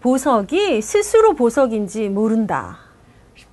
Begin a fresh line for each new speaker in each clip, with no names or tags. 보석이 스스로 보석인지 모른다.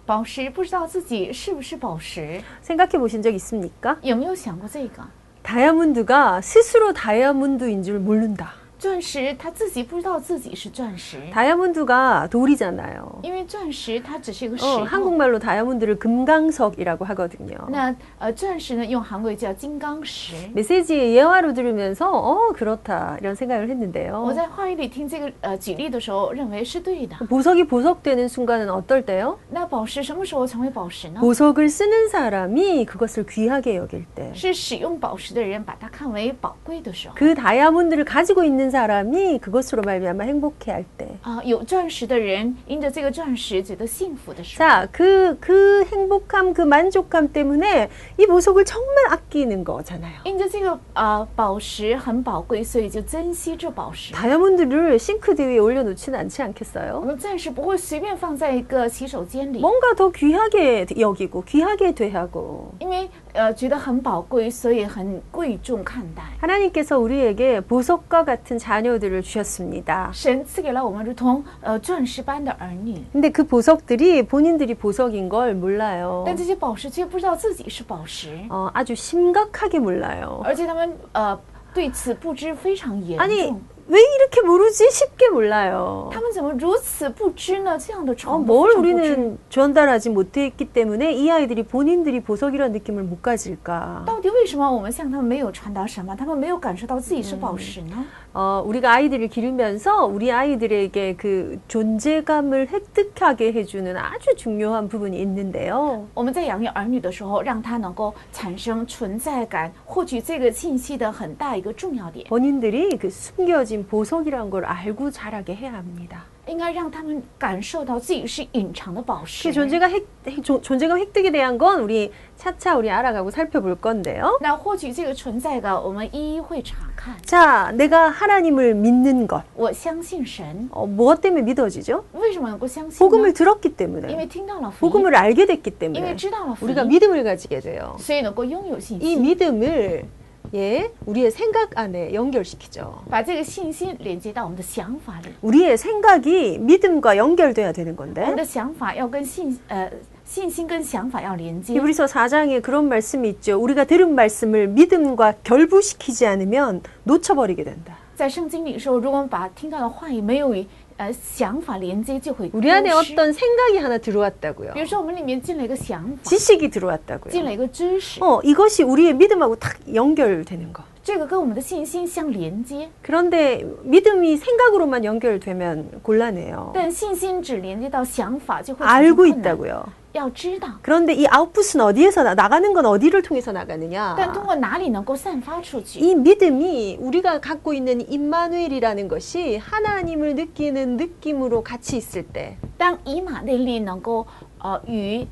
宝石不知道自己是不是宝石，
생각해 보신 적 있습니까?
有没有想过这个？
다이아몬드가 스스로 다이아몬드인 줄 모른다.
钻石它自己不知道自己是钻石，
다이아몬드가 돌이잖아요.
因为钻石它只是一个石
어,
头。
한국말로 다이아몬드를 금강석이라고 하거든요.
那呃，钻石呢，用韩国语叫金刚石。
메시지의 예화로 들으면서 어 그렇다 이런 생각을
我
했는데요.
在话语里听这个呃举例的时候，认为是对的。
보석이 보석되는 순간은 어떨 때요?
那宝石什么时候成为宝石呢？
보석을 쓰는 사람이 그것을 귀하게 여길 때.
是使用宝石的人把它看为宝贵的时候。
그 다이아몬드를 가지고 있는 사람이 그것으로 말미암아 행복해할 때.
啊、有钻石的人因着这个钻石觉得幸福的时候，
자, 그, 그 행복함, 그 만족감 때문에 이 보석을 정말 아끼는 거잖아요.
因着这个啊、呃宝石很宝贵，所以就珍惜这宝石。
다이아몬드를 싱크대 위에 올려놓진 않지
我
않겠어요?
们暂时不会随便放在一个洗手间里，
뭔가 더 귀하게 여기고, 귀하게 대하고.
因为呃觉得很宝贵，所以很贵重看待。
하나님께서 우리에게 보석과 같은 자녀들을 주셨습니다.
神赐给了我们如同呃钻石般的儿女，
근데 그 보석들이 본인들이 보석인 걸 몰라요.
但这些宝石却不知道自己是宝石，
어, 아주 심각하게 몰라요.
而且他们呃对此不知非常严
아니
重。
왜 이렇게 모르지? 쉽게 몰라요.
他们怎么如此不知呢？这样的
어,
传播
뭘
非常不知
우리는 전달하지 못했기 때문에 이 아이들이 본인들이 보석이라는 느낌을 못 가질까?
到底为什么我们向他们没有传达什么？他们没有感受到自己是宝石呢？
어, 우리가 아이들을 기르면서 우리 아이들에게 그 존재감을 획득하게 해주는 아주 중요한 부분이 있는데요.
我们在养育儿女的时候，让他能够产生存在感，获取这个信息的很大一个重要点，
본인들이 그 숨겨진 보석이라는 걸 알고 자라게 해야 합니다.
应该让他们感受到自己是隐藏的宝
그
石。
존재감, 획, 획- 존- 존재감 획득에 대한 건 우리 차차 우리 알아가고 살펴볼 건데요.
那获取这个存在感，我们一一会查看。
자, 내가 하나님을 믿는 것.
我相信神，
어, 무엇 때문에 믿어지죠?
为什么能够相信呢
복음을 ？ 들었기
因为
때문에.
听到了福音，
복음을 알게 됐기
因
때문에
为知道了福
우리가
音，
믿음을 가지게 돼요.
所以能够拥有信
이
心，
믿음을 예, 우리의 생각 안에 연결시키죠.
把这个信心连接到我们的想法里。
우리의 생각이 믿음과 연결돼야 되는
我们
건데
的想法要跟信呃信心跟想法要连接。
히브리서 4장에 그런 말씀이 있죠. 우리가 들은 말씀을 믿음과 결부시키지 않으면 놓쳐버리게 된다.
在圣经里说，如果我们把听到的话语没有与呃想法连接，就会
우리 안에
丢失
어떤 생각이 하나 들어왔다고요.
比如说我们里面进了一个想法，
지식이
进
들어왔다고요.
了一个知识，
어, 이것이 우리의 믿음하고 탁 연결되는 거.
这个跟我们的信心相连接，
哦 그런데 믿음이 생각으로만 연결되면 곤란해요.
但信心只连接到想法就会产生
알고
困难。
있다고요.
要知道，
그런데 이 아웃풋은 어디에서 나, 나가는 건 어디를 통해서 나가느냐?
但通过哪里能够散发出去？
이 믿음이 우리가 갖고 있는 임마누엘이라는 것이 하나님을 느끼는 느낌으로 같이 있을 때
当以马内利能够呃与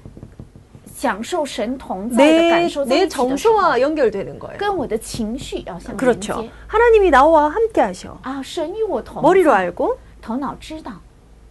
享受神同在的感
내
受在
내
一起的时候，
정서와 연결되는 거예요.
跟我的情绪要相连接。
그렇죠. 하나님이 나와 함께 하셔.
啊，神与我同
머리로
在
알고
头脑知道，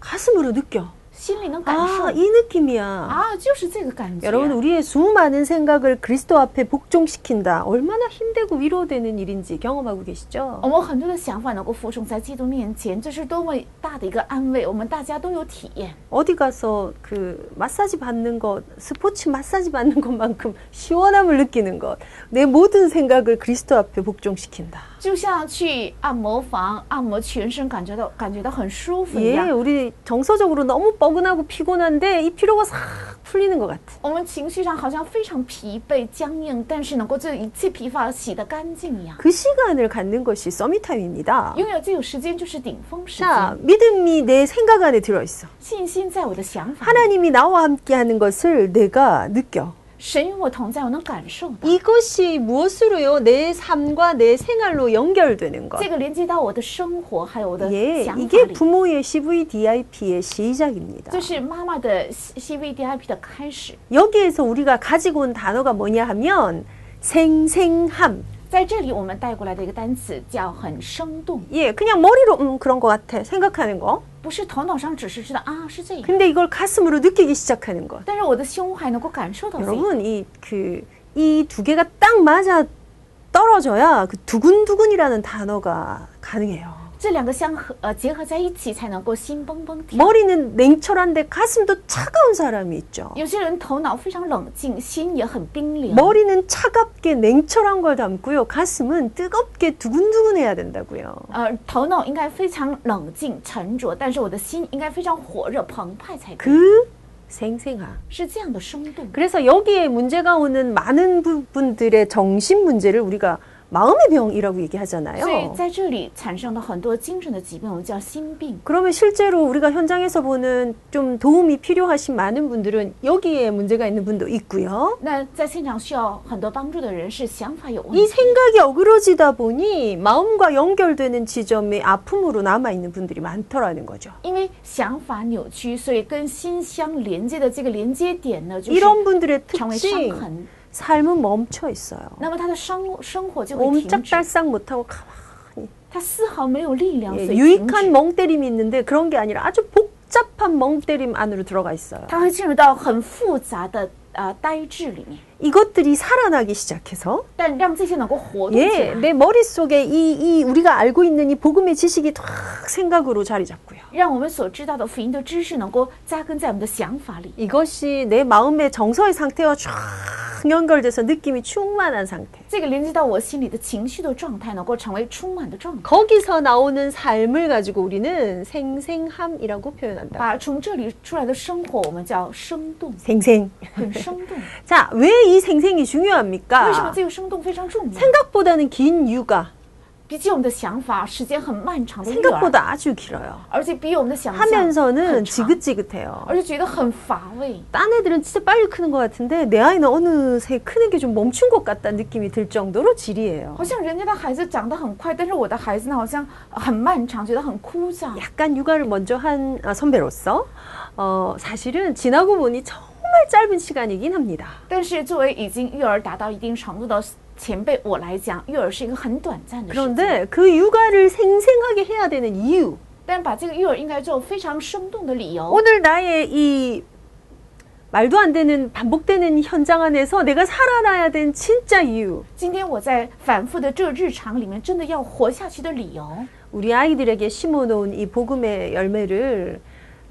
가슴으로 느껴.
心里能感受
아 。이 느낌이야. 예,
啊，就是这个感觉。
여러분 우리의 수많은 생각을 그리스도 앞에 복종시킨다. 얼마나 힘들고 위로되는 일인지 경험하고 계시죠?
我们很多的想法能够服从在基督面前，这是多么大的一个安慰！我们大家都有体验。
어디 가서 그 마사지 받는 것, 스포츠 마사지 받는 것만큼 시원함을 느끼는 것, 내 모든 생각을 그리스도 앞에 복종시킨다.
就像去按摩房按摩全身，感觉到感觉到很舒服一
예,
样。
우리 정서적으로 너무 뻐근하고 피곤한데 이 피로가 싹 풀리는 것 같아.
我们情绪上好像非常疲惫僵硬，但是能够这一切疲乏洗得干净一样。
그 시간을 갖는 것이 서밋타임입니다.
拥有这个时间就是顶峰时间
자, ， 믿음이 내 생각 안에 들어있어.
信心在我的想法里，
하나님이 나와 함께 하는 것을 내가 느껴.
神与我同在，我能感受到
이것이 무엇으로요? 내 삶과 내 생활로 연결되는 것.
这个连接到我的生活，还有我的
예,
想法
이게
里。
부모의 CVDIP의 시작입니다.
这是妈妈的 C V D I P 的开始。
여기에서 우리가 가지고 온 단어가 뭐냐 하면 생생함.
在这里，我们带过来的一个单词叫很生动，
예, 그냥 머리로 음 그런 것 같아 생각하는 거.
不是头脑上只是知道啊是这样，
근데 이걸 가슴으로 느끼기 시작하는 것.
但是我的胸还能够感受到这个。
여러분 이 그 이 두 개가 딱 맞아 떨어져야 그 두근두근이라는 단어가 가능해요.
这两个相合呃结合在一起，才能够心蹦蹦跳。
머리는 냉철한데 가슴도 차가운 사람이 있죠.
有些人头脑非常冷静，心也很冰凉。
머리는 차갑게 냉철한 걸 담고요. 가슴은 뜨겁게 두근두근해야 된다고요.
呃，头脑应该非常冷静沉着，但是我的心应该非常火热澎湃才对，
그 생생함.
是这样的生动。
그래서 여기에 문제가 오는 많은 부- 분들의 정신 문제를 우리가 마음의 병이라고
所以
얘기하잖아요.
在这里产生了很多精神的疾病，我们叫心病。
그러면 실제로 우리가 현장에서 보는 좀 도움이 필요하신 많은 분들은 여기에 문제가 있는 분도 있고요.
那在现场需要很多帮助的人是想法有问
이
题，
생각이 어그러지다 보니 마음과 연결되는 지점이 아픔으로 남아 있는 분들이 많더라는 거죠.
因为想法扭曲，所以跟心相连接的这个连接点呢，就是
이런 분들의
成为伤
특징,
痕。
삶은 멈춰 있어요.
那么他的生生活就会停止，
옴짝달싹 못하고 가만히
他丝毫没有力量，所
예,
以停止
유익한 멍때림이 있는데 그런 게 아니라 아주 복잡한 멍때림 안으로 들어가 있어요.
他会进入到很复杂的啊、呃呆滞里面。
이것들이 살아나기 시작해서
但让这些能够活动起
예,
来，
내 머릿속에 이, 이 우리가 알고 있는 이 복음의 지식이 탁 생각으로 자리 잡고요.
让我们所知道的福音的知识能够扎根在我们的想法里，
이것이 내 마음의 정서의 상태와 쫙 연결돼서 느낌이 충만한 상태.
这个连接到我心里的情绪的状态，能够成为充满的状态。
거기서 나오는 삶을 가지고 우리는 생생함이라고 표현한다.
把从这里出来的生活，我们叫生动，
생생.
很生动。
자, 왜 이 생생이
为什么
중요합니까?
这个生动非常重要？
생각보다는 긴 이유가
比起我们的想法，时间很漫长的育儿，
생각보다 아주 길어요.
而且比我们的想象很
하면서는
长，
지긋지긋해요.
而且觉得很乏味。
딴 애들은 진짜 빨리 크는 것 같은데 내 아이는 어느새 크는 게 좀 멈춘 것 같다는 느낌이 들 정도로 질이에요.
好像人家的孩子长得很快，但是我的孩子呢，好像很漫长，觉得很枯燥。
약간 육아를 먼저 한 아, 선배로서 어, 사실은 지나고 보니 정말 짧은 시간이긴 합니다.
但是作为已经育儿达到一定程度的前辈，我来讲，育儿是一个很短暂的事情。
그런데 그 육아를 생생하게 해야 되는 이유
但把这个育儿应该做非常生动的理由。
오늘 나의 이 말도 안 되는 반복되는 현장 안에서 내가 살아나야 된 진짜 이유
今天我在反复的这日常里面，真的要活下去的理由，
우리 아이들에게 심어놓은 이 복음의 열매를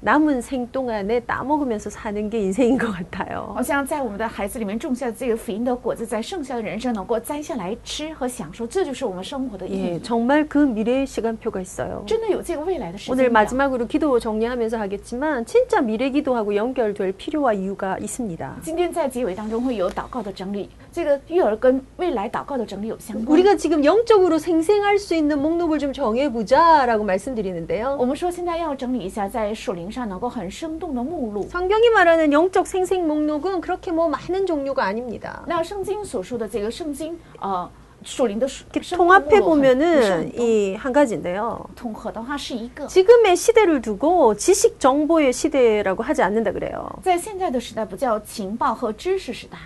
남은 생 동안에 따먹으면서 사는 게 인생인 것 같아요.
好像在我们的孩子里面种下这个福音的果子，在剩下的人生能够摘下来吃和享受，这就是我们生活的意
예,
义。
정말 그 미래의 시간표가 있어요.
真的有这个未来的时间
오늘
表。
마지막으로 기도 정리하면서 하겠지만 진짜 미래 기도하고 연결될 필요와 이유가 있습니다.
今天在结尾当中会有祷告的整理，这个育儿跟未来祷告的整理有相关。
우리가 지금 영적으로 생생할 수 있는 목록을 좀 정해보자라고
我
말씀드리는데요.
们说现在要整理一下在属灵上能够很生动的目录。
성경이 말하는 영적 생생 목록은 그렇게 뭐 많은 종류가 아닙니다.
那圣经所说的这个圣经，呃，属灵的呃属
이렇게
生活目录
통합해
很不是很
보면은
多
이 한 가지인데요.
统合的话是一个，
지금의 시대를 두고 지식 정보의 시대라고 하지 않는다 그래요.
在现在的时代不叫情报和知识时代，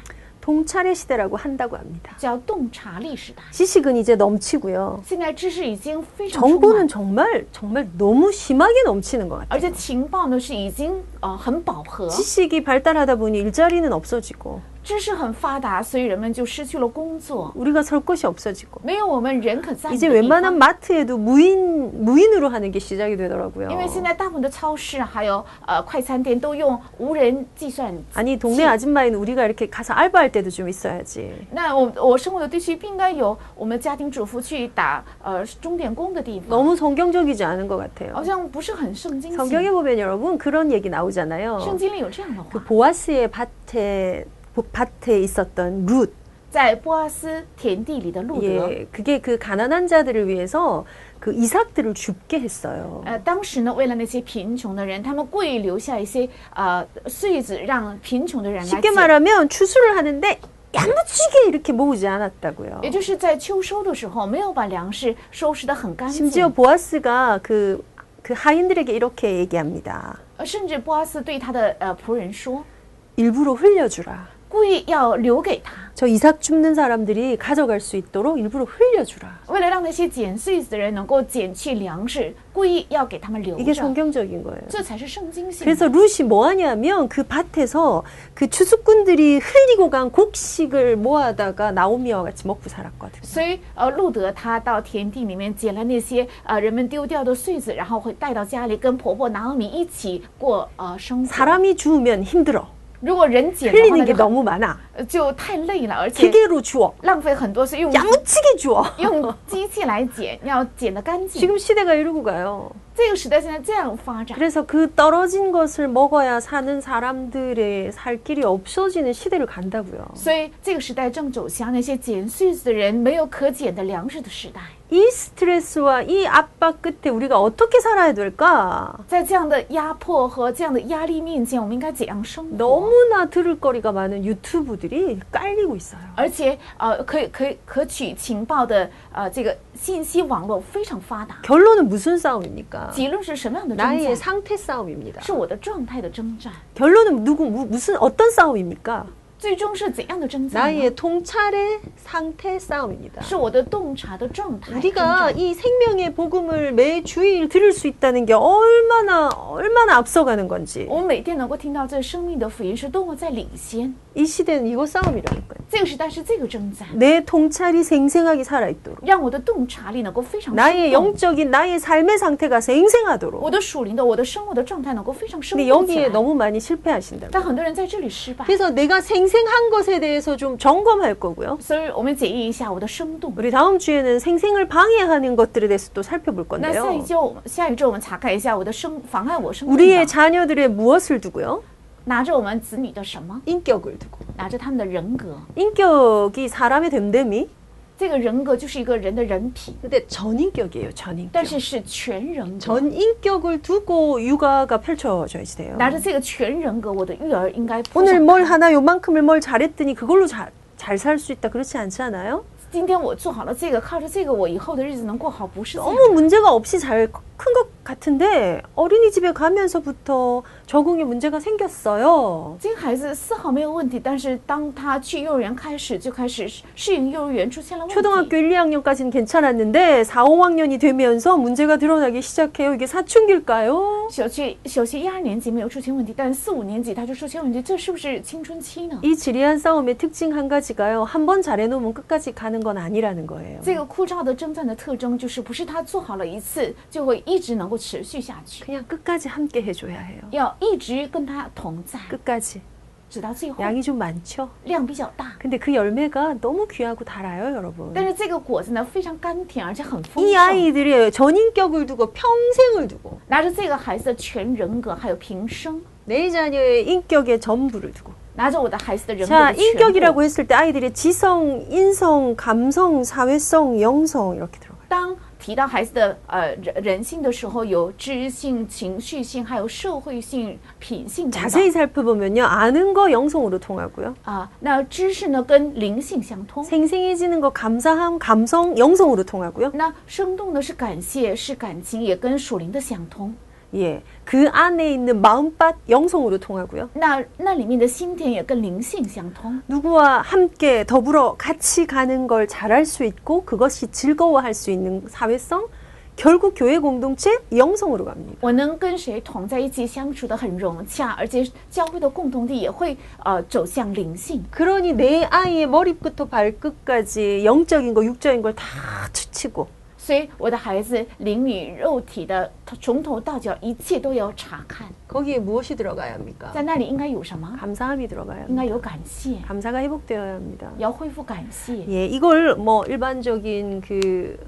동찰의 시대라고 한다고 합니다.
叫洞察力时代。
지식은 이제 넘치고요.
现在知识已经非常充
정보는
满，
정말 정말 너무 심하게 넘치는 것 같아요.
而且情报呢是已经呃很饱
아.
和，
지식이 발달하다 보니 일자리는 없어지고
知识很发达，所以人们就失去了工作，
우리가 설 곳이 없어지고
没有我们人可在乎
아, 이제
的地方
웬만한 마트에도 무인 무인으로 하는 게 시작이 되더라고요.
因为现在大部分的超市还有呃快餐店都用无人计算机
아니 동네 아줌마인 우리가 이렇게 가서 알바할 때도 좀 있어야지.
那我我生活的地区不应该有我们家庭主妇去打呃钟点工的地方，
너무 성경적이지 않은 것
好
같아요.
像不是很圣经性
성경에 보면 여러분 그런 얘기 나오잖아요.
圣经里有这样的
그
话，
보아스의 밭에 보- 밭에 있었던 룻,
在波阿斯田地里的路德，
예, 그게 그 가난한 자들을 위해서 그 이삭들을 줍게 했어요.
呃，当时呢，为了那些贫穷的人，他们故意留下一些呃穗子，让贫穷的人来
쉽게
捡。
말하면 추수를 하는데 야무지게 이렇게 모으지 않았다고요.
也就是在秋收的时候，没有把粮食收拾得很干
심지어
净，
보아스가 그, 그 하인들에게 이렇게 얘기합니다.
呃甚至波阿斯对他的呃仆人说
일부러 흘려주라.
故意要留给他，
저 이삭 줍는 사람들이 가져갈 수 있도록 일부러 흘려주라.
为了让那些捡穗子的人能够捡去粮食，故意要给他们留
이게
着。
성경적인 거예요.
这才是圣经性的。
그래서 룻이 뭐 하냐면 그 밭에서 그 추수꾼들이 흘리고 간 곡식을 모아다가 나오미와 같이 먹고 살았거든.
所以，呃，路德他到田地里面捡了那些呃人们丢掉的穗子，然后会带到家里跟婆婆拿奥米一起过呃生活。
사람이 주우면 힘들어.
如果人捡的话，
흘리는
那
게
就很
너무 많아.
呃就太累了，而且
기계로 주워.
浪费很多，是用
양치기 주워.
用机器来捡，要捡得干 净。
지금 시대가 이러고 가요.
这个时代现在这样发展，
그래서 그 떨어진 것을 먹어야 사는 사람들의 살 길이 없어지는 시대를 간다고요.
所以这个时代正走向那些捡穗子的人没有可捡的粮食的时代。
이 스트레스와 이 압박 끝에 우리가 어떻게 살아야 될까?
在这样的压迫和这样的压力面前，我们应该怎样生活？
너무나 들을 거리가 많은 유튜브들이 깔리고 있어요.
而且，呃，可以可以可取情报的呃这个信息网络非常发达。
결론은 무슨 싸움입니까?
结论是什么样的征
나의
战？
상태 싸움입니다.
是我的状态的征战，
결론은 누구 무, 무슨 어떤 싸움입니까?
最终是怎样的征战呢？
나의 통찰의 상태 싸움입니다.
是我的洞察的状态征
우리가
战。
이 생명의 복음을 매 주일 들을 수 있다는 게 얼마나 얼마나 앞서가는 건지
我们每天能够听到这生命的福音是多么在领先。
이 시대는 이거 싸움이라니까요.
这个时代是这个征战，
내 통찰이 생생하게 살아있도록
让我的洞察力能够非常
나의
生动，
영적인 나의 삶의 상태가 생생하도록.
我的属灵的我的生活的状态能够非常生
근데
动起
여기에
来。
너무 많이 실패하신다고.
但很多人在这里失败，
그래서 내가 생생한 것에 대해서 좀 점검할 거고요.
所以我们检验一下我的生动。
우리 다음 주에는 생생을 방해하는 것들에 대해서 또 살펴볼
那下一
건데요.
周，下一周我们查看一下我的生妨碍我生命
우리의
的，
자녀들의 무엇을 두고요?
拿着我们子女的什么？
인격을 두고.
拿着他们的人格，
인격이 사람의 됨됨이?
这个人格就是一个人的人品，
근데 전인격이에요, 전인격.
但是是全人格。
전인격을 두고 육아가 펼쳐져야지 돼요.
拿着这个全人格，我的育儿应该铺
오늘
上
뭘 하나 요만큼을 뭘 잘했더니 그걸로 잘 살 수 있다 그렇지 않지 않아요?
今天我做好了这个，靠着这个，我以后的日子能过好，不是这样。
너무 문제가 없이 잘 큰 것 같은데 어린이집에 가면서부터 적응에 문제가 생겼어요.
这个孩子丝毫没有问题，但是当他去幼儿园开始，就开始适适应幼儿园出现了问题。
초등학교 1, 2학년까지는 괜찮았는데 4, 5학년이 되면서 문제가 드러나기 시작해요. 이게 사춘기일까요?
小学小学一二年级没有出现问题，但四五年级他就出现问题，这是不是青春期呢？
이 지리한 싸움의 특징 한 가지가요. 한 번 잘해놓으면 끝까지 가는 건 아니라는 거예요.
这个枯燥的征战的特征就是，不是他做好了一次就会一直能够持续下去，
그냥 끝까지 함께 해줘야 해요.
要一直跟他同在，
끝까지.
直到最后
양이 좀 많죠?
量比较大。
근데 그 열매가 너무 귀하고 달아요, 여러분.
但是这个果子呢，非常甘甜，而且很丰
이
盛。
아이들이 전인격을 두고 평생을 두고
拿着这个孩子的全人格，还有平生，
내 자녀의 인격의 전부를 두고
拿着我的孩子的人格
자
的全部
인격이라고 했을 때 아이들의 지성, 인성, 감성, 사회성, 영성 이렇게 들어가요.
当提到孩子的呃人人性的时候，有知性、情绪性，还有社会性、品性等等
자세히 살펴보면요. 아는 거 영성으로 통하고요.
啊。那知识呢，跟灵性相通。
생생해지는 거 감사함, 감성 영성으로 통하고요.
那生动呢是感谢，是感情，也跟属灵的相通。
예. 그 안에 있는 마음밭 영성으로 통하고요.
那那里面的心田也跟灵性相通。
누구와 함께 더불어 같이 가는 걸 잘할 수 있고 그것이 즐거워할 수 있는 사회성 결국 교회 공동체 영성으로 갑니다.
我能跟谁同在一起相处的很融洽，而且教会的共同体也会呃走向灵性。
그러니 내 아이의 머리부터 발끝까지 영적인 거 육적인 걸 다 추치고
所以我的孩子灵与肉体的从头到脚一切都要查看，
거기에 무엇이 들어가야 합니까?
在那里应该有什么？
감사함이 들어가야 합니다.
应该有感谢，
감사가 회복되어야 합니다.
要恢复感谢。
예, 이걸 뭐 일반적인 그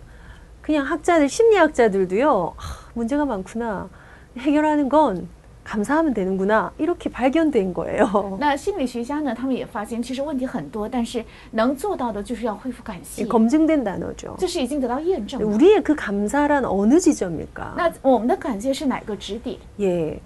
그냥 학자들 심리학자들도요. 아, 문제가 많구나. 해결하는 건 감사하면 되는구나. 이렇게 발견된 거예요.
那心理学家呢，他们也发现，其实问题很多，但是能做到的就是要恢复感
예,
谢，
검증된 단어죠.
这是已经得到验证了。
우리의 그 감사란 어느 지점일까?
那我们的感谢是哪个指点？
예.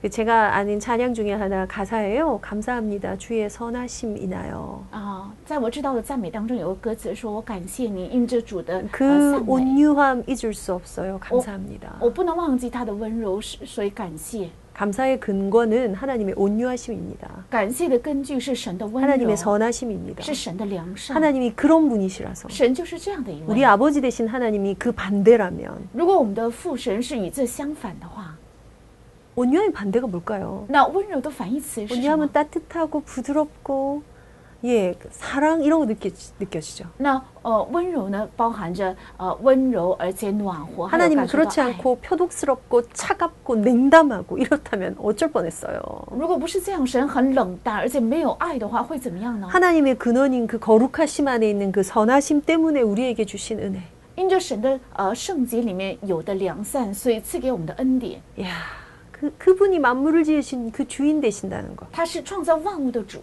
그 제가 아는 찬양 중에 하나 가사예요. 감사합니다. 주의 선하심 이나요.
啊，在我知道的赞美当中有个歌词说：“我感谢你，因着主的呃
그
赞美，
온유함 잊을 수 없어요. 감사합니다.
我不能忘记他的温柔，是所以感谢。
감사의 근거는 하나님의 온유하심입니다.
感谢的根据是神的温柔
하나님의 ， 선하심입니다.
是神的良善。
하나님이 그런 분이시라서
神就是这样的一
우리
位。
아버지 대신 하나님이 그 반대라면
如果我们的父神是与这相反的话，
온유의 반대가 뭘까요?
那温柔的反义词是什么
온유하면 ？ 따뜻하고 부드럽고 예 사랑 이런 거 느껴 느껴지죠.
那呃，温柔呢，包含着呃温柔，而且暖和，还有
하나님은
感受到
아, 그렇지
爱
않고 예. 표독스럽고 차갑고 냉담하고 이렇다면 어쩔 뻔했어요.
如果不是这样，神很冷淡，而且没有爱的话，会怎么样呢？
하나님의 근원인 그 거룩하심 안에 있는 그 선하심 때문에 우리에게 주신 은혜.
因着神的呃圣洁里面有的良善，所以赐给我们的恩典，
이야, 그 그분이 만물을 지으신 그 주인 되신다는 거.
他是创造万物的主，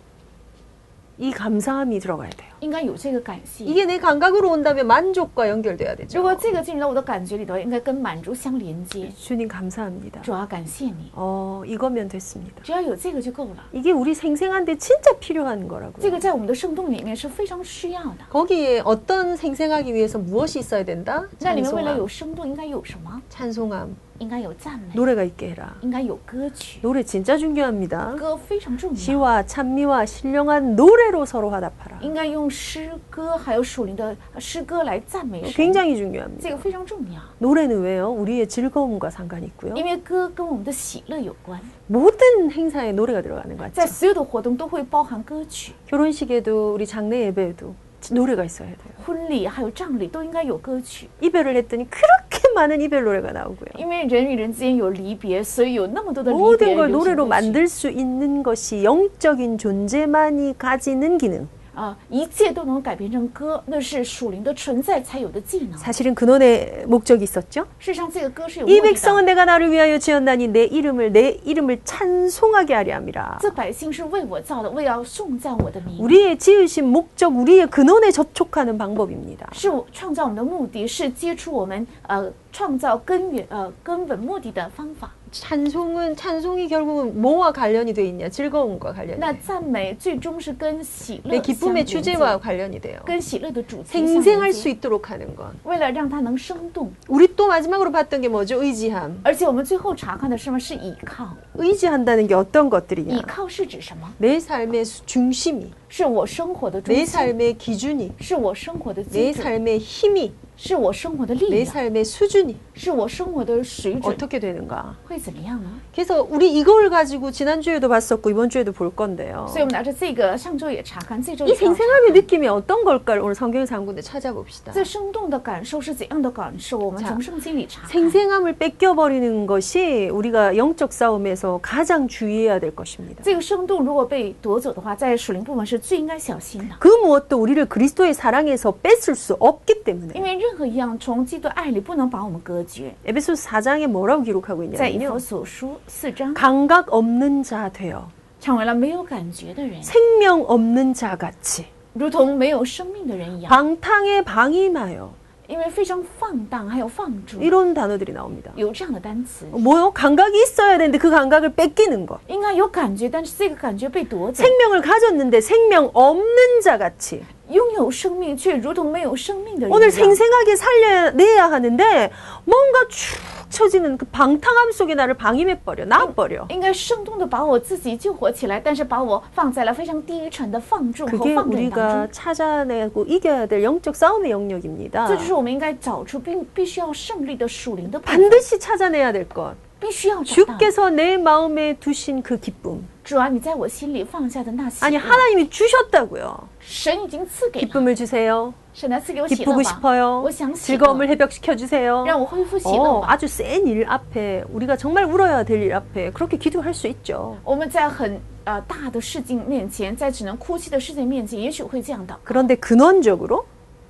이 감사함이 들어가야 돼요.
应该有这个感谢。
이게 내 감각으로 온다면 만족과 연결돼야
如
되죠.
果这个进入到我的感觉里头，应该跟满足相连接。
주님 감사합니다.
主要感谢你，
어, 이거면 됐습니다.
只要有这个就够了。
이게 우리 생생한데 진짜 필요한
这
거라고요.
个在我们的圣洞里面是非常需要的。
거기에 어떤 생생하기 위해서 무엇이 있어야 된다?
那里面为了
찬송함,
有生动，应该有什么？
찬송함,
应该有赞美，
노래가 있게 해라.
应该有歌曲，
노래 진짜 중요합니다.
歌非常重要。
시와 찬미와 신령한 노래로 서로 화답하라.
应该用诗歌还有属灵的呃诗歌来赞美神，
굉장히
这
중요합니다.
个非常重要，
노래는 왜요? 우리의 즐거움과 상관이 있고요.
因为歌跟我们的喜乐有关，
모든 행사에 노래가 들어가는 것
在
같죠.
所有的活动都会包含歌曲，
결혼식에도 우리 장례 예배에도 노래가 있어야 돼요.
婚礼还有葬礼都应该有歌曲，
이별을 했더니 그렇게 많은 이별 노래가 나오고요.
因为人与人之间有离别，所以有那么多的离
모든
别
걸
流行
노래로
歌曲
만들 수 있는 것이 영적인 존재만이 가지는 기능.
啊，一切都能改变成歌，那是属灵的存在才有的技能。事
사실은 근원의 목적이 있었죠.
实上，这个歌是有
이
目的的。
백성은 내가 나를 위하여 지었나니 내 이름을 내 이름을 찬송하게 하려 함이라.
这百姓是为我造的，为要颂赞我的名，
우리의 지으신 목적, 우리의 근원에 접촉하는 방법입니다.
是我创造我们的目的，是接触我们呃创造根源呃根本目的的方法。
찬송은 찬송이 결국은 뭐와 관련이 돼 있냐? 즐거움과 관련이.
那赞美最终是跟喜乐
내
相
기쁨의
连接
주제와 그렇죠. 네, 관련이 돼요. 그
跟喜乐的主题相连
생생할 수
接。
있도록 하는 것.
为了让它能生动，
우리 또 마지막으로 봤던 게 뭐죠? 의지함.
而且我们最后查看的是吗？是倚靠。
의지한다는 게 어떤
倚
것들이냐?
靠是指什么？
내 삶의 수- 중심이,
是我生活的中
내
心，
삶의 기준이,
是我生活的
내
基础，
삶의 힘이,
是我生活的力
내
量。
삶의 수준이
是我生活的水准
어떻게 되는가?
会怎么样呢？
그래서 우리 이걸 가지고 지난 주에도 봤었고 이번 주에도 볼 건데요.
所以我们拿着这个，上周也查看，这周
이
也要查
생생함의 느낌이 어떤 걸까를 오늘 성경에서 한 군데 찾아봅시다.
这生动的感受是怎样的感受？我们
자
从圣经里查看。
생생함을 뺏겨버리는 것이 우리가 영적 싸움에서 가장 주의해야 될 것입니다.
这个生动如果被夺走的话，在属灵部门是最应该小心的，
그 무엇도 우리를 그리스도의 사랑에서 뺏을 수 없기
因
때문에
为任何一样从基督的爱里不能把我们隔绝。
에베소서 4장에 뭐라고 기록하고
在以
있냐면요.
佛所书四章，
감각 없는 자 되어
成为了没有感觉的人，
생명 없는 자 같이
如同没有生命的人一样，
방탕에 방임하여
因为非常放荡，还有放逐，
이런 단어들이 나옵니다.
有这样的单词，
뭐요? 감각이 있어야 되는데 그 감각을 뺏기는 것.
应该有感觉，但是这个感觉被夺走，
생명을 가졌는데 생명 없는 자 같이
拥有生命却如同没有生命的人
오늘
一样。
생생하게 살려내야 하는데 뭔가 축 처지는 그 방탕함 속에 나를 방임해 버려 놔 버려.
应该生动的把我自己救活起来，但是把我放在了非常低沉的放纵和
그게
放任当
우리가
中。
찾아내고 이겨야 될 영적 싸움의 영역입니다.
这就是我们应该找出并必须要胜利的属灵的部分，
반드시 찾아내야 될 것.
必须要找到
주께서 내 마음에 두신 그 기쁨.
主啊，你在我心里放下的那些
아니 ， 하나님이 주셨다고요.
神已经赐给了，
기쁨을 주세요.
神来赐给我喜乐
기쁘고
吧，
싶어요.
我想喜乐
즐거움을 ， 회복시켜 주세요.
让我恢复喜
어,
乐吧。
아주 센 일 앞에 우리가 정말 울어야 될 일 앞에 그렇게 기도할 수 있죠.
我们在很呃大的事情面前，在只能哭泣的事情面前，也许会这样的，
그런데 근원적으로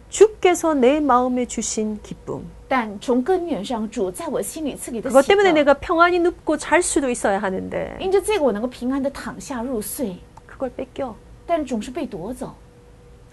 주께서 내 마음에 주신 기쁨
但从根源上，主在我心里赐给的
그것
喜
때문에
乐，
내가 평안히 눕고 잘 수도 있어야 하는데
因着这个我能够平安的躺下入睡，
그걸 뺏겨
但总是被夺走。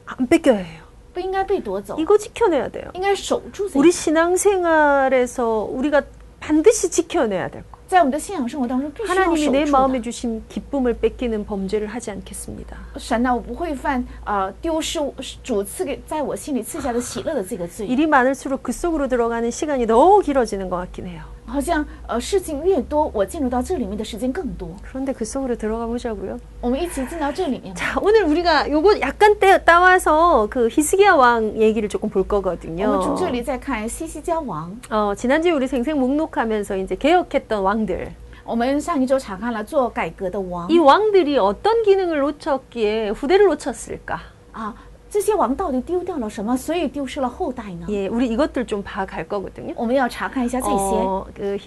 안 뺏겨야 해요.
不应该被夺走，
이거 지켜내야 돼요.
应该守住这
우리
个，
신앙생활에서 우리가 반드시 지켜내야 될 거.
在我们的信仰生活当中必须要
하나님이 내
守住
마음에
的。
주신 기쁨을 뺏기는 범죄를 하지 않겠습니다.
神呐、我不会犯呃丢失主赐给在我心里赐下的喜乐的这个罪。
일이 많을수록 그 속으로 들어가는 시간이 너무 길어지는 것 같긴 해요.
好像呃事情越多，我进入到这里面的时间更多。
그런데 그 속으로 들어가 보자고요.
我们一起进到这里面吧。
자, 오늘 우리가 요거 약간 떼- 따와서 그 히스기야 왕 얘기를 조금 볼
我
거거든요.
们从这里再看西西家王。
어, 지난주에 우리 생생 목록하면서 이제 개혁했던 왕들.
我们上一周查看了做改革的王
이 왕들이 어떤 기능을 놓쳤기에 후대를 놓쳤을까?
啊，这些王到底丢掉了什么，所以丢失了后代呢？
예, 우리 이것들 좀 봐갈 거거든요.
我们要查看一下这些。
어, 그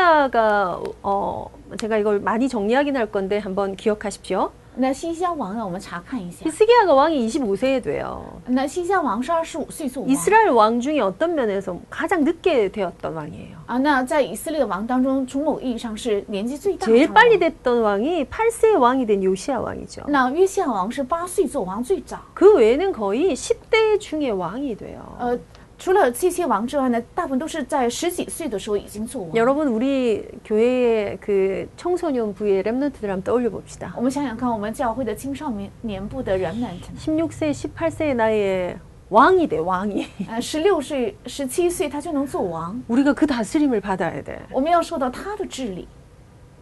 히스기야가 어, 제가 이걸 많이 정리하긴 할 건데 한번 기억하십시오.
那西西家王呢？我们查看一下。
히스기야가 왕이 25세에 돼요.
那西西家王是二十五岁做王
이스라엘 왕 중에 어떤 면에서 가장 늦게 되었던 왕이에요.
啊，那在以色列的王当中，从某意义上是年纪最大的
제일
王
빨리 됐던 왕이 8세의 왕이 된 요시아 왕이죠.
那约西亚王是八岁做王最早。
그 외에는 거의 10대 중에 왕이 돼요.
呃，除了这些王之外呢，大部分都是在十几岁的时候已经做王。
여러분 우리 교회의 그 청소년 부의 랩런트들 한번 떠올려 봅시다.
我们想想看，我们教会的青少年年部的人们，
16세, 18세의 나이에 왕이 돼 왕이.
呃，十六岁、十七岁他就能做王，
우리가 그 다스림을 받아야 돼.
我们要受到他的治理。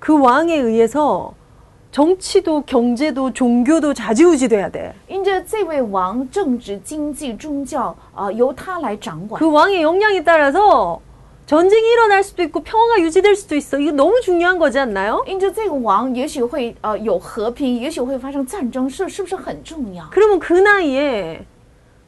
그 왕에 의해서 정치도 경제도 종교도 좌지우지 돼야 돼.
因着这位王，政治、经济、宗教啊、呃由他来掌管。
그 왕의 역량에 따라서 전쟁이 일어날 수도 있고 평화가 유지될 수도 있어. 이거 너무 중요한 거지 않나요?
因着这个王，也许会呃有和平，也许会发生战争，是是不是很重要？
그러면 그 나이에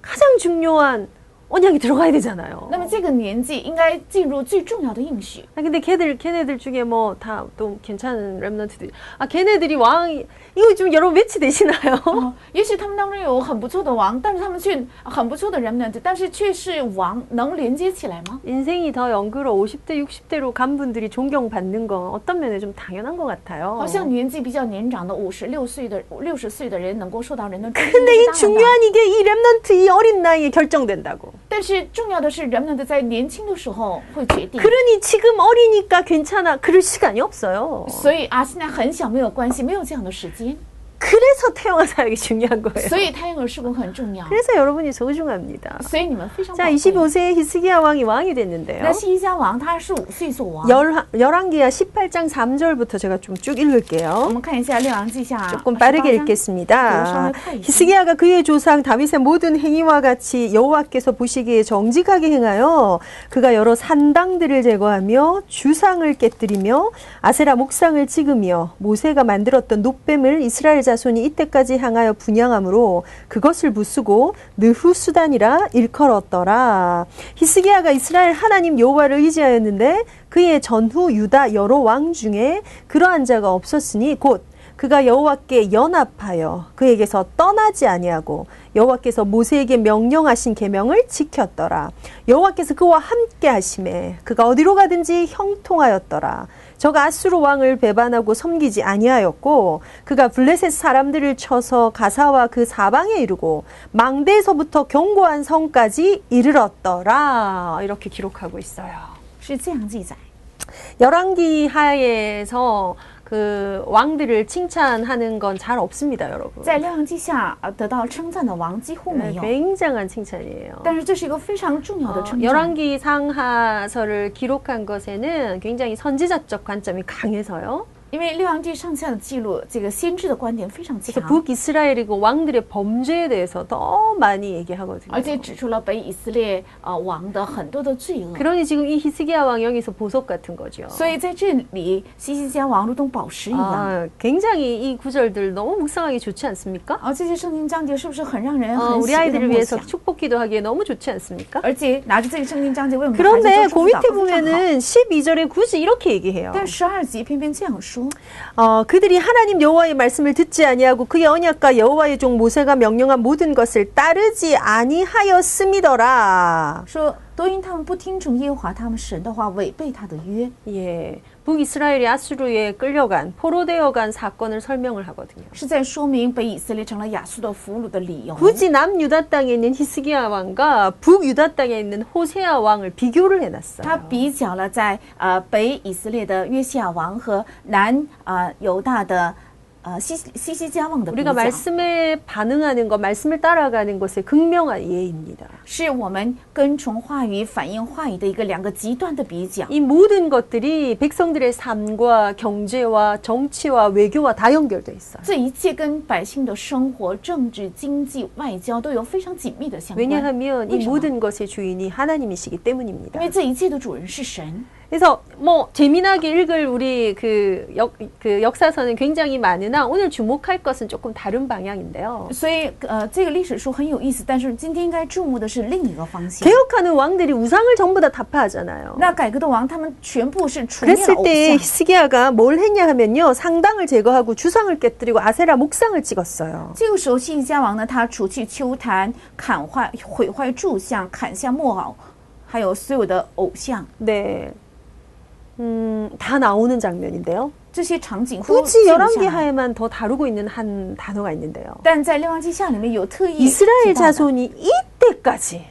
가장 중요한 언약이 들어가야 되잖아요.
那么这个年纪应该进入最重要的应许。
아, 근데 걔들 걔네들 중에 뭐 다 또 괜찮은 랩런트들. 아 걔네들이 왕 이거 좀 여러분 매치되시나요?
哦，也许他们当中有很不错的王，但是他们却很不错的人呢，但是却是王能连接起来吗？
인생이 더 연그러 50대 60대로 간 분들이 존경받는 건 어떤 면에 좀 당연한 것 같아요.
好像年纪比较年长的五十六岁的六十岁的人能够受到人的尊
근데 이
敬是当然的
중요한 이게 이 랩런트 이 어린 나이에 결정된다고.
但是重要的是人们的在年轻的时候会决
음.
定。
그러니 지금 어리니까 괜찮아. 그럴 시간이 없어요.
所以啊，现在很小没有关系，没有这样的时间，
그래서 태영아 사역이 중요한 거예요.
所以胎儿是不是很重要？
그래서 여러분이 소중합니다.
所以你们非常
자
宝贵
25세의 히스기야 왕이 왕이 됐는데요.
那西西家王他是五岁做王，
열하- 열왕기하 18장 3절부터 제가 좀 쭉
我
읽을게요.
们看一下《列王记下》
조금
28
빠르게
章
읽겠습니다.
그래서 하나
히스기야가 그의 조상 다윗의 모든 행위와 같이 여호와께서 보시기에 정직하게 행하여 그가 여러 산당들을 제거하며 주상을 깨뜨리며 아세라 목상을 찍으며 모세가 만들었던 노뱀을 이스라엘 자손이 이때까지 향하여 분양함으로 그것을 부수고 느후수단이라 일컬었더라. 히스기야가 이스라엘 하나님 여호와를 의지하였는데 그의 전후 유다 여러 왕 중에 그러한 자가 없었으니 곧 그가 여호와께 연합하여 그에게서 떠나지 아니하고 여호와께서 모세에게 명령하신 계명을 지켰더라. 여호와께서 그와 함께 하심에 그가 어디로 가든지 형통하였더라. 저가 아수르 왕을 배반하고 섬기지 아니하였고 그가 블레셋 사람들을 쳐서 가사와 그 사방에 이르고 망대에서부터 견고한 성까지 이르렀더라. 이렇게 기록하고 있어요.
是这样记载。
열왕기 하에서 그 왕들을 칭찬하는 건 잘 없습니다, 여러분.
在《列王记下》呃得到称赞的王几乎
네,
没有，
굉장한 칭찬이에요.
但是这是一个非常重要的
어,
称赞。
열왕기 상하서를 기록한 것에는 굉장히 선지자적 관점이 강해서요.
因为《列王记上下》的记录，这个先知的观点非常
그래서
强，
북이스라엘이고 왕들의 범죄에 대해서 더 아, 많이 얘기하거든요.
而且指出了北以色列呃王的很多的罪恶。
그러니 지금 이 히스기야 왕 여기서 보석 같은 거죠.
所以在这里，西西家王如同宝石一样。
아, 굉장히 이 구절들 너무 묵상하기 좋지 않습니까?
而哦这些圣经章节是不是很让人
어,
很喜
우리
悦的
아이들을
默
위해서
想？
축복기도 하기에 너무 좋지 않습니까?
而且拿着这个圣经章节为我们的孩
그런데 그
子做出祷
밑에
告非常好。
보면은 12절에 굳이 이렇게 얘기해요.
但十二节偏偏这样说，
어, 그들이 하나님 여호와의 말씀을 듣지 아니하고 그의 언약과 여호와의 종 모세가 명령한 모든 것을 따르지 아니하였음이더라.
说都因他们不听从耶和华他们神的话，违背他的约。
예. 북이스라엘이 아수르에 끌려간 포로되어간 사건을 설명을 하거든요.
是在说明北以色列成了亚述的俘虏的理由。
굳이 남유다 땅에 있는 히스기야 왕과 북유다 땅에 있는 호세아 왕을 비교를
他
해놨어요.
比较了在呃北以色列的约西亚王和南啊、呃、犹大的呃息息息相关的比
우리가
较，
말씀에 반응하는 것, 말씀을 따라가는 것의 극명한 예입니다.
是我们跟从话语反应话语的一个两个极端的比较。
이 모든 것들이 백성들의 삶과 경제와 정치와 외교와 다 연결돼 있어요.
这一切跟百姓的生活、政治、经济、外交都有非常紧密的相关，因
왜냐하면 이
그렇죠. 네.
모든 것의 주인이 하나님이시기 때문입니다.
为这一切的主人是神。
그래서 뭐 재미나게 읽을 우리 그, 역, 그 역사서는 굉장히 많으나 오늘 주목할 것은 조금 다른 방향인데요.
所以，呃，这个历史书很有意思，但是今天应该注目的是另一个方向。
개혁하는 왕들이 우상을 전부 다 타파하잖아요.
那改革的王他们全部是除灭了
그랬을
偶
때
像，
히스기야가 뭘 했냐 하면요. 상당을 제거하고 주상을 깨뜨리고 아세라 목상을 찍었어요.
这个时候，西西家王呢，他除去秋坛，砍坏、毁坏柱像，砍下木偶，还有所有的偶像，
네. 음, 다 나오는 장면인데요.
这些场景都
굳이
记录下
11개
来
하에만 더 다루고 있는 한 단어가 있는데요.
但在《列王记下》里面有特意提
이스라엘
到的
자손이 이때까지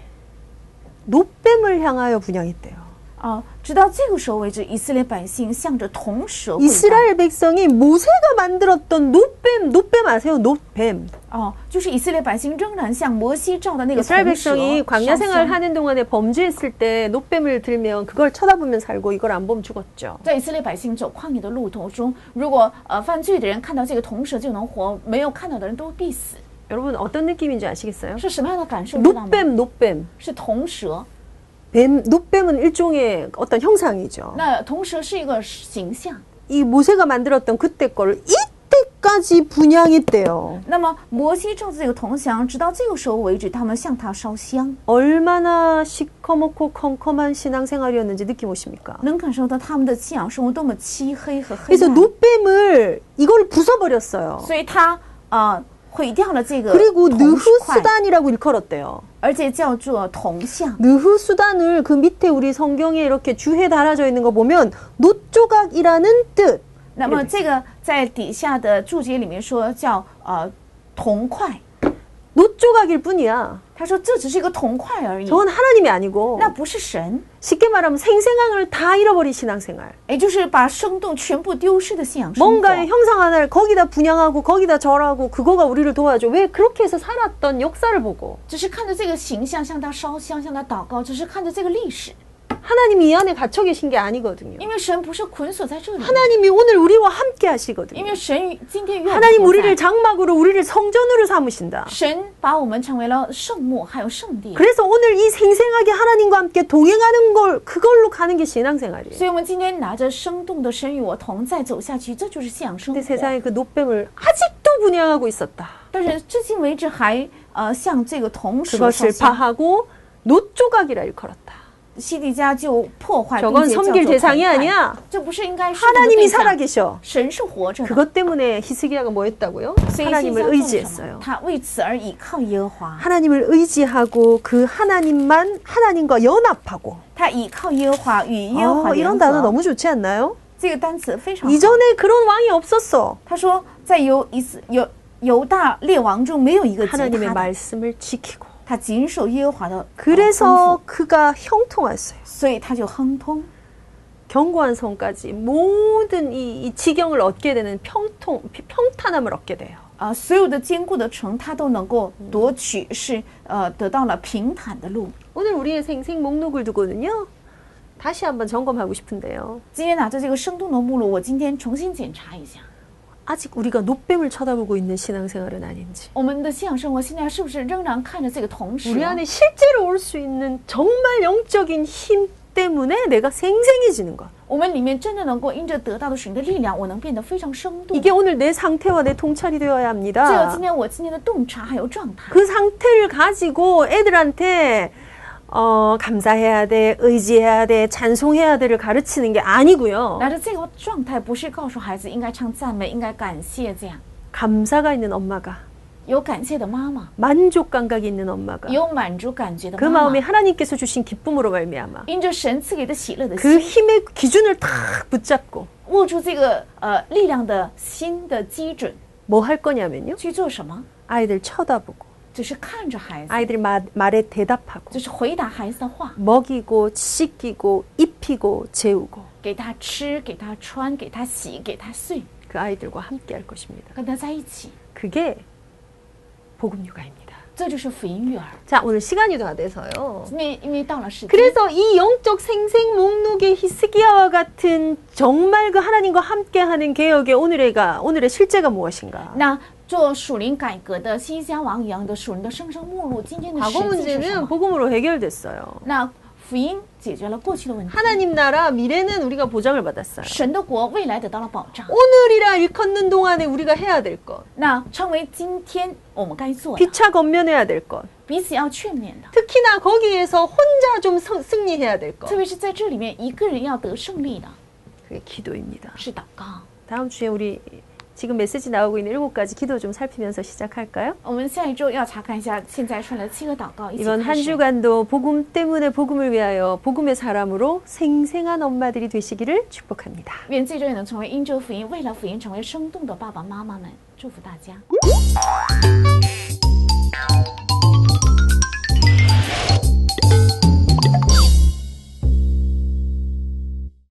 노뱀을 향하여 분양했대요.
啊，直到这个时候为止，以色列百姓向着铜蛇跪拜
이스라엘 백성이 모세가 만들었던 노뱀, 노뱀 아세요? 노뱀.
哦，就是以色列百姓仍然向摩西照的那个铜
이스라엘
蛇
백성이
烧
광야
香
생활 하는 동안에 범죄했을 때 노뱀을 들면 그걸 쳐다보면 살고 이걸 안 보면 죽었죠.
在以色列百姓走旷野的路途中，如果呃犯罪的人看到这个铜蛇就能活，没有看到的人都必死，
여러분 어떤 느낌인지 아시겠어요?
是什么样的感受？知道吗？
노뱀, 노뱀.
是铜蛇。
뱀, 노뱀은 일종의 어떤 형상이죠.
那铜蛇是一个形象。
이 모세가 만들었던 그때 거를 이때까지 분양했대요.
那么摩西照着这个铜像，直到这个时候为止，他们向他烧香，
얼마나 시커멓고 컴컴한 신앙생활이었는지 느낌 오십니까?
能感受到他们的信仰生活多么漆黑和黑
그래서
暗。
노뱀을 이걸 부숴버렸어요.
所以他呃毁掉了这个
그리고
铜块，
느흐수단이라고 일컬었대요.
而且叫做铜像。
느흐수단을 그 밑에 우리 성경에 이렇게 주해 달아져 있는 거 보면 노조각이라는 뜻.
那么这个在底下的注解里面说叫呃铜块。
노조각일 뿐이야.
他说这只是一个铜块而已，
저건 하나님이 아니고
那不是神，
쉽게 말하면 생생함을 다 잃어버린 신앙생활.
也就是把生动全部丢失的信仰生
뭔가의
活。
형상 하나를 거기다 분양하고 거기다 절하고 그거가 우리를 도와줘. 왜 그렇게 해서 살았던 역사를 보고
只是看着这个形象向他烧香，向他祷告，只是看着这个历史，
하나님이 이 안에 갇혀 계신 게 아니거든요.
因为神不是捆锁在这里，
하나님이 오늘 우리와 함께
因
하시거든요.
为神与今天与我们
하나님
同在
우리를 장막으로 우리를 성전으로 삼으신다.
神把我们成为了圣墓，还有圣地。
그래서 오늘 이 생생하게 하나님과 함께 동행하는 걸 그걸로 가는 게 신앙생활이에요.
所以，我们今天拿着生动的“神与我同在”走下去，这就是信仰生
근데
活。
세상에 그 노뱀을 아직도 분양하고 있었다.
但是，至今为止还呃向这个同时烧
그것을
香，
파하고 노조각이라 일컬었다.
西底家就破坏，并
저건
且叫
섬길
做
대상이
崇拜
아니야.
这不是应该是我们的
하나님이
对象
살아계셔.
神是活着的，
그것 때문에 히스기야가 뭐 했다고요?
所以信
하나님을
仰做了什么
의지했어요.
他为此而倚靠耶和华，
하나님을 의지하고 그 하나님만 하나님과 연합하고.
他倚靠耶和华与耶和
어,
华联
이런 단어
合。
너무 좋지 않나요?
这个单词非常好。
이전에 그런 왕이 없었어.
他说，在犹以斯犹犹大列王中没有一个及他
하나님의 아,
的，
말씀을 지키고.
他谨守耶和华的吩咐
그래서 그가 형통하였어요.
所以他就亨通。
견고한 성까지 모든 이, 이 지경을 얻게 되는 평통, 피- 평탄함을 얻게 돼요.
啊，所有的坚固的城，他都能够夺取，是呃得到了平坦的路。
오늘 우리의 생생 목록을 두고는요. 다시 한번 점검하고 싶은데요.
今天拿着这个生动的目录，我今天重新检查一下，
아직 우리가 노뱀을 쳐다보고 있는 신앙생활은 아닌지.
我们的信仰生活现在是不是仍然看着这个同时啊
우리 ， 안에 실제로 올 수 있는 정말 영적인 힘 때문에 내가 생생해지는 것.
我们里面真的能够因着得到的神的力量，我能变得非常生动。
이게 오늘 내 상태와 내 통찰이 되어야
这个
합니다.
今天我今天的洞察还有状态，
그 상태를 가지고 애들한테 어, 감사해야 돼, 의지해야 돼, 찬송해야 돼를 가르치는 게 아니고요.
拿着这个状态，不是告诉孩子应该唱赞美，应该感谢这样。
감사가 있는 엄마가
有感谢的妈妈，
만족 감각이 있는 엄마가
有满足感觉的
그
嗯妈
마음이
妈，
하나님께서 주신 기쁨으로 말미암아
因着神赐给的喜乐的
그
心，
힘의 기준을 탁 붙잡고
握住这个呃力量的新的基准
뭐 할 거냐면요
去做什么？
아이들 쳐다보고
只是看着孩子，
아이들 마- 말에 대답하고
就是回答孩子的话，
먹이고 씻기고 입히고 재우고
给他吃，给他穿，给他洗，给他睡，
그 아이들과 함께 할 것입니다.
跟他在一起，
그게 복음 육아입니다.
这就是福音育儿。
자, 오늘 시간이 다 돼서요.
因为因为到了时间，
그래서 이 영적 생생 목록의 히스기야와 같은 정말 그 하나님과 함께하는 개혁의 오늘의가 오늘의 실제가 무엇인가?
那做属灵改革的新疆王一样的属灵的生生目录，今天的
과거
实际是什
문제는
么？
복음으로 해결됐어요.
那福音解决了过去的问题，
하나님 나라 미래는 우리가 보장을 받았어요.
神的国未来得到了保障。
오늘이라 일컫는 동안에 우리가 해야 될 것,
那称为今天我们该做的，
피차 건면해야 될 것,
彼此要劝勉的，
특히나 거기에서 혼자 좀 성- 승리해야 될 것.
特别是在这里面，一个人要得胜利的
그게 기도입니다.
是祷告。
다음 주에 우리 지금 메시지 나오고 있는 일곱 가지 기도 좀 살피면서 시작할까요?
我们下一周要查看一下现在出来的七个祷告，一起
이번
开
한
始。
주간도 복음 때문에 복음을 위하여 복음의 사람으로 생생한 엄마들이 되시기를 축복합니다.
愿这周也能成为因州福音，为了福音成为生动的爸爸妈妈们，祝福大家。